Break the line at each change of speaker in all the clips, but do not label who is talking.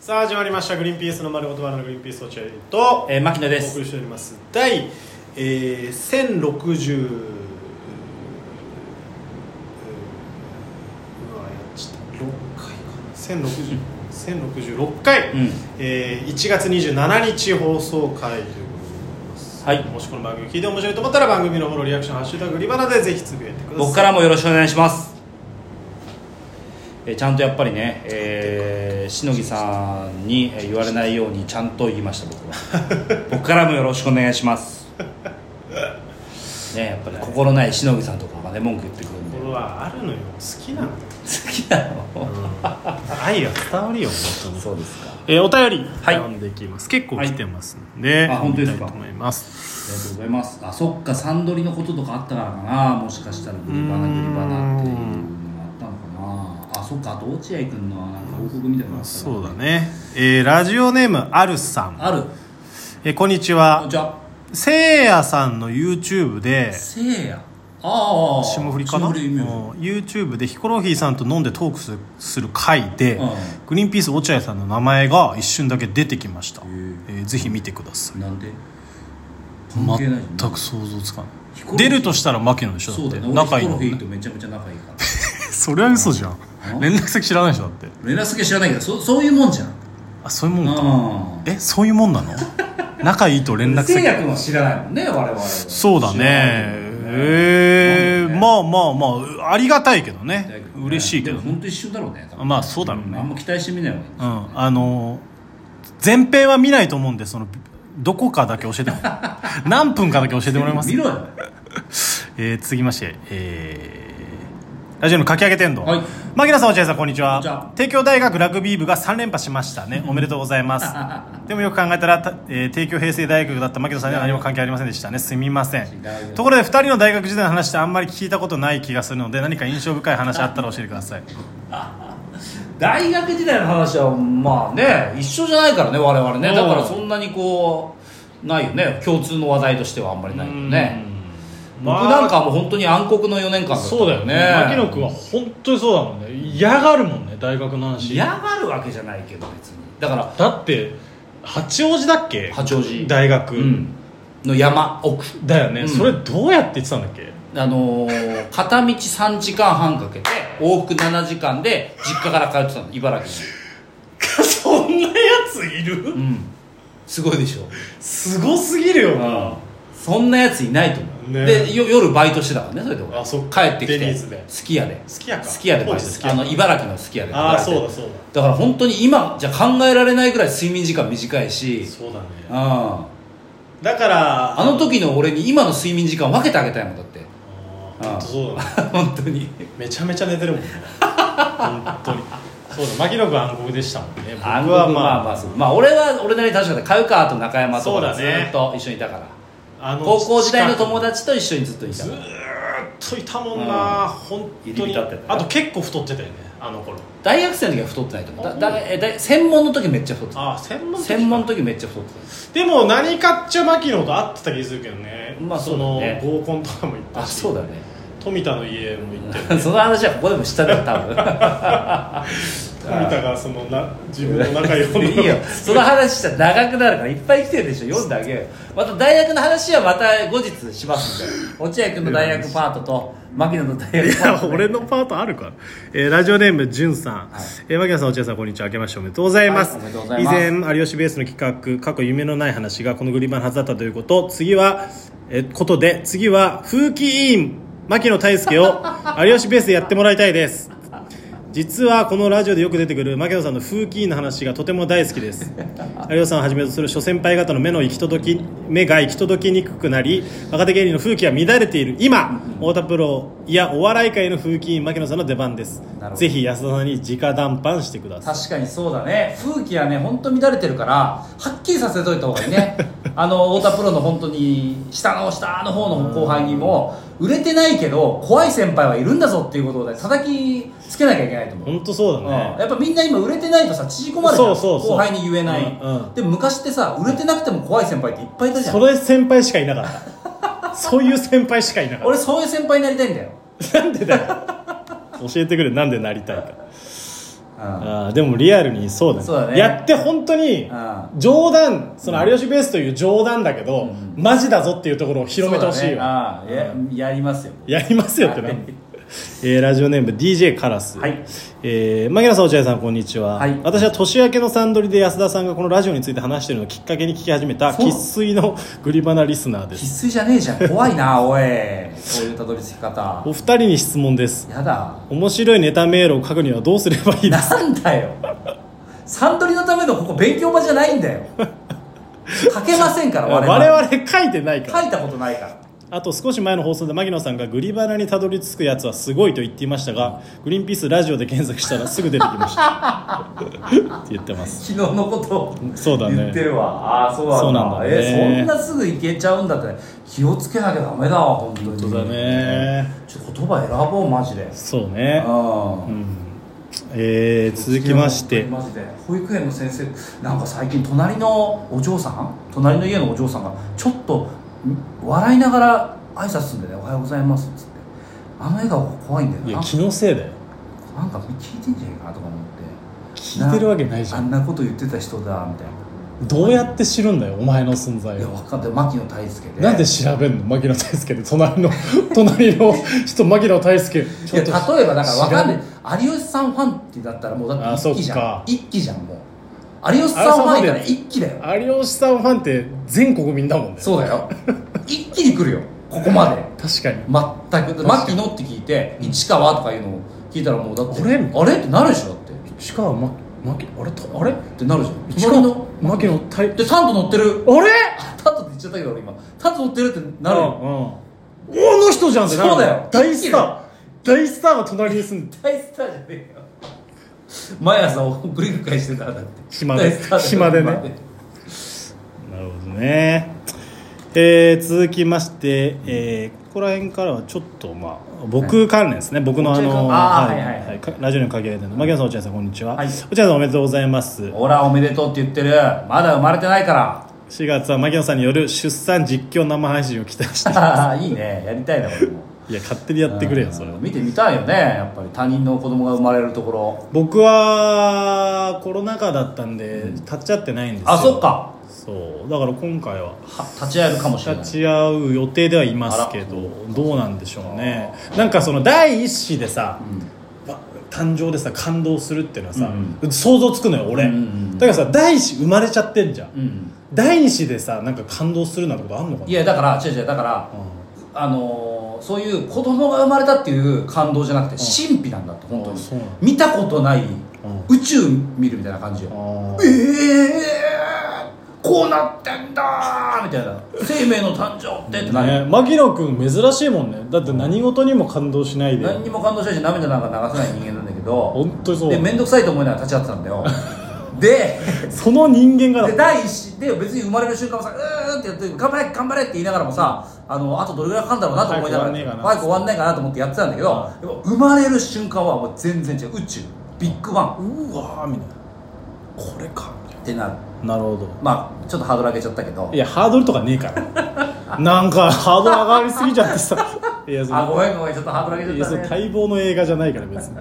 さあ始まりました「グリーンピースの丸ごとバナナグリーンピース落合」と
えー、牧野で
お送
す
りしております第、えー、1060うわやっちゃった6回かな1060 1066回、
うん
えー、1月27日放送回ということでございます、
はい
もしこの番組聞いて面白いと思ったら番組のフォローリアクション「ハッシュタググリバナ」でぜひつぶやいてください
僕からもよろしくお願いしますえーちゃんとやっぱりね、えー、しのぎさんにえー言われないようにちゃんと言いました僕 は僕からもよろしくお願いしますねやっぱり心ないしのぎさんとかがね文句言ってくるんで
これはあるのよ好きなんだよ、
好きなの
愛が伝わるよ本当に
そうですかあ
えーお便り
はい
読んでいきます、結構来てますんで、
はいあ本当ですか
読みたいと思います
りがとうございますあそっかサンドリのこととかあったからかなもしかしたらグリバナグリバナっていうのがあったのかなあそっかあと落合君のなんか報告みたいなのがあったから
そうだね、えーラジオネームあるさん、
ある
えーこんにち
あ
は
じゃあ
せいやさんの YouTube で
せいやああ
霜降りかな
霜降り名
う
字
ん YouTube でヒコロヒーさんと飲んでトークするする回で、
うん
グリーンピース落合さんの名前が一瞬だけ出てきました、え
ー
ーぜひ見てください
なんで関係ないじゃん
全く想像つかな
ヒコ
い
ロヒー
出るとしたら牧野でしょ
そうだよ
って
ね
仲
俺
い
ヒ
い
コ
の
ロフィーとめちゃめちゃ仲いいから
それは嘘じゃん
うん
連絡先知らないでしょだって
連絡先知らないけどそそういうもんじゃん
あそういうもんか
うん
えそういうもんな の仲いいと連絡
せい
先
や君は知らないもんね我々は
そうだ
知らない
ね
もんね
え
なん
ー
でね
まあまあまあありがたいけどね
だけどね
嬉しいけど
でも本当一緒だろうね多分
まあそうだろうね
んあんま期待してみない方がいい
うんあの前編は見ないと思うんでそのどこかだけ教えても 何分かだけ教えてもらえます
見ろよ
えー続きまして、えーラジオのかき上げ天童、
はい
牧野さん落合さんこんにちは
こんにちは
帝京大学ラグビー部が3連覇しましたねおめでとうございます でもよく考えたら、たえー帝京平成大学だった牧野さんには何も関係ありませんでしたねすみません
違うよ
ところで2人の大学時代の話ってあんまり聞いたことない気がするので何か印象深い話あったら教えてください
大学時代の話はまあね一緒じゃないからね我々ね
うん
だからそんなにこうないよね共通の話題としてはあんまりないよね僕なんかはもう本当に暗黒の4年間だった
は本当にそうだもんね嫌がるもんね大学の話
嫌がるわけじゃないけど別にだから
だって八王子だっけ
八王子
大学
うんの山奥
だよね、
うん
それどうやって言ってたんだっけ
あのー片道3時間半かけて往復7時間で実家から通ってたの茨城に
そんなやついる
うんすごいでしょ
すごすぎるよ
うんそんなやついないと思う、
ね
でよ夜バイトしてたからねそれで俺
あそっ
帰
か
ってきて
デニーズで
スキヤで
好きやか
スキヤでバイト
当時
し
好き
て
や
あ
か
の茨城のスキヤで
ああ
働い
そう
てて
だそうだ
だから本当に今じゃ考えられないぐらい睡眠時間短いし
そうだね
あ
だから
あの時の俺に今の睡眠時間分けてあげたいもんだって
あーほんとそうだね
本当に
めちゃめちゃ寝てるもんね本当にそうだ牧野君は暗黒でしたもんね僕
暗
は
黒まあま
まあ
あそうまあ俺は俺なりに確かに買うかと中山と
そう
か
だ
ず
ね
っと一緒にいたから、
あの
高校時代の友
近
達と一緒にずっといた
くず
か
ー
ら
っといたもんな、本当
入り
に
浸ってたね
あと結構太ってたよねあの頃
大学生の時は太ってないと思うだだえだ専門の時めっちゃ太ってた
ああ専門的
専門の時めっちゃ太って
でも何かっちゃ牧野と会ってた気するけどね
まあ
そ
そ
の
うだね
合コンとかも行ったた
あ
し
そうだね
富田の家も行って
その話はここでもしたね多
富
分
田がそのな自分の仲良い女の子
いいよその話したら長くなるからいっぱい来てるでしょ読んであげようよまた大学の話はまた後日しますんで落合君の大学パートと牧野の大
い
学パー
や
ト、ね、
俺のパートあるから、えーラジオネームじゅんさん、
はい
えー牧野さん落合さんこんにちは明けましておめでとうございます,、
はいおめでとうございます
以前有吉ベースの企画過去夢のない話がこのグリバンのはずだったということ次はえーことで次は風紀委員牧野太介を有吉ベースでやってもらいたいです実はこのラジオでよく出てくる牧野さんの風紀委員の話がとても大好きです 有吉さんをはじめとする諸先輩方の目の行き届き目が行き届きにくくなり若手芸人の風紀が乱れている今太田プロいやお笑い界の風紀委員牧野さんの出番です
なるほど
ぜひ安田さんに直談判してください
確かにそうだね風紀はね本当乱れてるからはっきりさせといた方がいい ねあの太田プロの本当に下の下の方の後輩にも売れてないけど怖い先輩はいるんだぞっていうことをね叩きつけなきゃいけないと思う、
本当そうだ
う
ね
んやっぱみんな今売れてないとさ縮こまれて
そうそうそう
後輩に言えない、
うんうん
でも昔ってさ売れてなくても怖い先輩っていっぱいいたじゃ
そ
ん
れ先輩しかいなかったそういう先輩しかいなかっ
俺そういう先輩になりたいんだよ
たなんでだよ教えてくれなんでなりたいか
うん
あーでもリアルにそうだね
そうだね
やって本当に
う
冗談その有吉ベースという冗談だけど、
うん
マジだぞっていうところを広めてほしい
そう
よ、
だねああややりますよ
やりますよってな、
はい
えーラジオネーム DJ カラス
はい
えー、牧野さん落合さんこんにちは、
はい
私は年明けのサンドリで安田さんがこのラジオについて話しているのをきっかけに聞き始めた
そう
生粋のグリバナリスナーで
必
す
須じゃねえじゃん怖いな おいそういうたどり着き方
お二人に質問です
やだ
面白いネタメールを書くにはどうすればいいですか
なんだよサンドリのためのここ勉強場じゃないんだよ書けませんから我々
我々 書いてないから
書いたことないから
あと少し前の放送で牧野さんがグリバナにたどり着くやつはすごいと言っていましたがグリーンピースラジオで検索したらすぐ出てきましたって言ってます
昨日のことを
そうだね
言ってるわああそうなんだ
そうなんだね
えそんなすぐいけちゃうんだって気をつけなきゃダメだわ本当に
本当だね
ちょっと言葉選ぼうマジで
そうね
あ
うんえー、続きまして
マジで保育園の先生なんか最近隣のお嬢さん隣の家のお嬢さんがちょっとん笑いながら挨拶するんだよね「おはようございます」っつってあの笑顔が怖いんだよ
い
な
や気のせいだよ
なんか聞いてんじゃねえかなとか思って
聞いてるわけないじゃ
あん
ん
なこと言ってた人だみたい
どうやって知るんだよお前の存在
ないや
を
分かんない牧野太輔で
なんで調べんの牧野大輔で隣の隣の人牧野大輔
いや例えばだから分か
知
んない有吉さんファンってだったらもうだ
あ
って
そ
一
っ
期じゃん
か
一期じゃんもう有吉さんファンいたら一期だよ
有吉さんファンって全国民だもんね
そう だよ一気に来るよここまで
確かに
全く牧野って聞いて市川とかいうのを聞いたらもうだって
あれ
あれってなるでしょだって
市川ま牧あれとあれ
ってなるじゃん
市
隣
川
の
牧野大
でタント乗ってる
あれ
あタントって言っちゃったけど俺今タント乗ってるってなる
うん
よ
うんおの人じゃんってなる
そうだよ
大スター大スターが隣に住んで
大スターじゃねえよ毎朝送り迎えしてたらだって
暇で
大スターだよ
暇でねなるほどね、えー続きまして、えーここら辺からはちょっとまあ僕関連ですね、僕のあの
あー
い
はいはい
いかラジオの限られての牧野さん落合さんこんにちは、
はい
落合さんおめでとうございます
ほらおめでとうって言ってるまだ生まれてないか
4月は牧野さんによる出産実況生配信を期待して
ら いいねやりたいな俺も
いや勝手にやってくれよそれ
う
は
ん見てみたいよねやっぱり他人の子供が生まれるところ
僕はコロナ禍だったんで立っちゃってないんですよ
あそっか
そうだから今回は
は立ち会えるかもしれない
立ち会う予定ではいますけどどうなんでしょうねなんかその第一子でさ、わ誕生でさ感動するっていうのはさ、
うん
想像つくのよ俺、
うんうんうん
だからさ第一子生まれちゃってんじゃん、
うん、うん、
第二子でさなんか感動するなんてことあんのかない
やだから違う違うだからあのーそういう子供が生まれたっていう感動じゃなくて神秘なんだって本当
あ
に
そうなんだ
見たことない宇宙見るみたいな感じよ
あ
ええー、こうなってんだーみたいな生命の誕生ってってなるよ
ね、牧野君珍しいもんねだって何事にも感動しないで
何にも感動しないし涙なんか流さない人間なんだけど
本当にそう
で面倒くさいと思いながら立ち会ってたん だよで
その人間が
で第一子で別に生まれる瞬間もさうーんってやって頑張れ頑張れって言いながらもさあのあとどれぐらいかかるんだろうなと思いながら
早く終わんねえかな
早く終わんないかなと思ってやってたんだけどやっぱ生まれる瞬間はもう全然違う宇宙ビッグバン
うわーみたいなこれか
ってなる
なるほど
まあちょっとハードル上げちゃったけど
いやハードルとかねえからなんかハードル上がりすぎちゃってさいやその
あごめんごめんちょっとハードル上
い
げ
や
ちゃっ
そ
た
れ
ね
待望の映画じゃないから別に、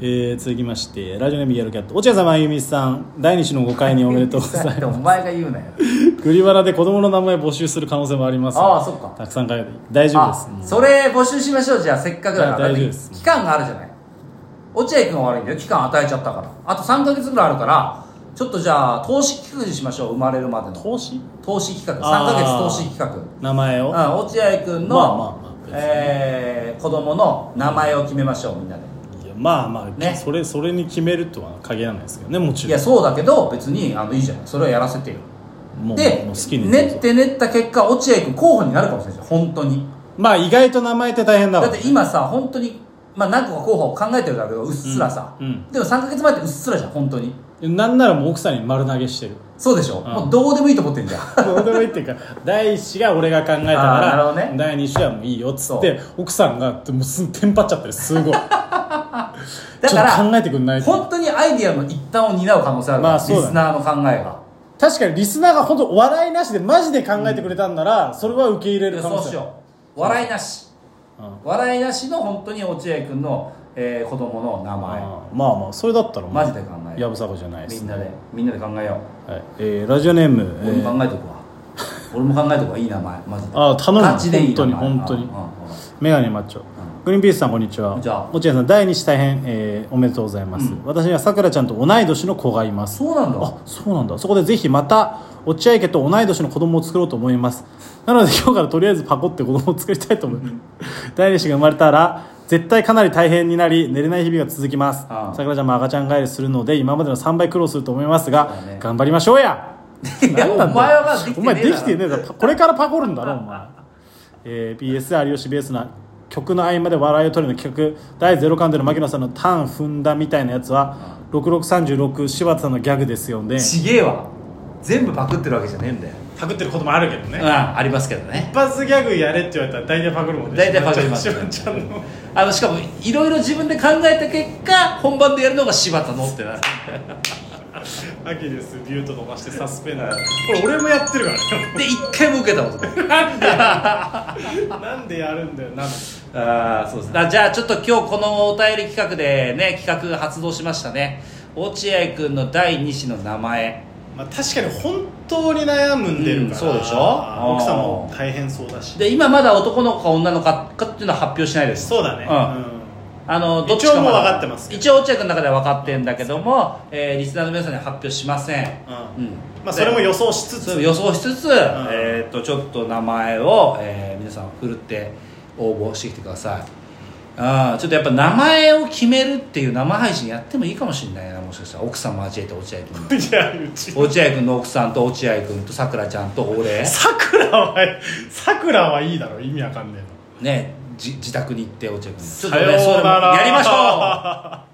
えー、続きましてラジオネームイエローキャット落合さんまゆみさん第2種の5回におめでとうございま
だ ってお前が言うなよ
すグリバラで子供の名前募集する可能性もあります
ああそっか
たくさん書いて大丈夫です
あそれ募集しましょうじゃあせっかくだから
いや大丈夫です
だって期間があるじゃない落合君は悪いんだよ期間与えちゃったからあと3か月ぐらいあるからちょっとじゃあ投資企画にしましょう生まれるまでの
投資
投資企画3
あ
か
ー
月投資企画
名前を
うん落合君の、
まあまあまあ別に
えー子供の名前を決めましょうみんなで
いやまあまあ、
ね
それそれに決めるとは限らないですけどねもち
い
ろ
や
ん
そうだけど別にあのいいじゃんそれはやらせてよ
もう
で
もう好きにどうぞ
練って練った結果落合君候補になるかもしれないですよ本当に
まあ意外と名前って大変だわ
だって今さ本当にまあ何個か候補を考えてるだけどうっすらさ、
うんうん
でも3か月前ってうっすらじゃん本当に
なんならもう奥さんに丸投げしてる
そうでしょ、
ん
もうどうでもいいと思ってんじゃん
どうでもいいっていうか第一子が俺が考えたか
あーなる
ら、
ほどね
第二子はもういいよっつって奥さんがもうすんテンパっちゃってるすごい
だか
ちょっと考
ら
えてくんないと
本当にアイディアの一端を担う可能性あるか
ま
ら、
あそうだね
リスナーの考えが
確かにリスナーが本当笑いなしでマジで考えてくれたんなら、それは受け入れる可
そ
能
うし
性
よう笑いなし、
うん
笑いなしの本当に落合君のえー子供の名前
あーまあまあそれだったら
マジで考え
や
よ
ぶさかじゃないで
うみ
す
ん
ね
なでみんなで考えよ
はいえーラジオネーム
う、俺も考えとくわ俺も考えとくわいい名前マジで
あ頼む
ガチでいい名前
本当に
うんうんうん
メガネマッチョ、グリーンピースさんこんにちは
こんにちは
落合さん第二子大変、えーおめでとうございます、
うん
私にはさくらちゃんと同い年の子がいます
そうなんだ
あそうなんだそこでぜひまた落合家と同い年の子供を作ろうと思いますなので今日からとりあえずパコって子供を作りたいと思います第二子が生まれたら絶対かなり大変になり寝れない日々が続きます
ああ
さくらちゃんも赤ちゃん帰りするので今までの3倍苦労すると思いますが、
そうだね
頑張りましょう や
いやお前はまだできてねえだろ
お前できてねえだ ろこれからパコるんだろお前えー、PS 有吉ベースな曲の合間で笑いを取るの企画第0巻での牧野さんのターン踏んだみたいなやつは6636柴田さんのギャグですよね
ちげえわ全部パクってるわけじゃねえんだよ
パクってることもあるけど
うんありますけどね
一発ギャグやれって言われたら大体パクるもん
大体パクります
柴田ちゃんの
あのしかもいろいろ自分で考えた結果本番でやるのが柴田のってなる
アキレスビュート伸ばしてサスペンダーこれ俺もやってるから
で一回も受けたことない
なんでやるんだよなんで
あーそうですねあじゃあちょっと今日このお便り企画でね企画発動しましたね落合君の第2子の名前
まあ、確かに本当に悩むんでるから、
うんそうでしょ
奥さんも大変そうだし
で今まだ男の子か女の子かっていうのは発表しないです
そうだね、
うんあのどっち
一応
か
も
ま
う
だ
分かってますけど
一応落合君の中では分かってるんだけども、えーリスナーの皆さんには発表しません、
うん
うん
まあ、それも予想しつつ
そう予想しつつ、えー、とちょっと名前を、えー皆さんふるって応募してきてくださいあーちょっとやっぱ名前を決めるっていう生配信やってもいいかもしれないなもしかしたら奥さん交えて落合君
いやうち
落合君の奥さんと落合君とさくらちゃんと俺
さくらはさくらはいいだろ意味わかんねえの
ねじ自宅に行って落合君ちょっと
さ
ね
よ
そう
なら
やりましょ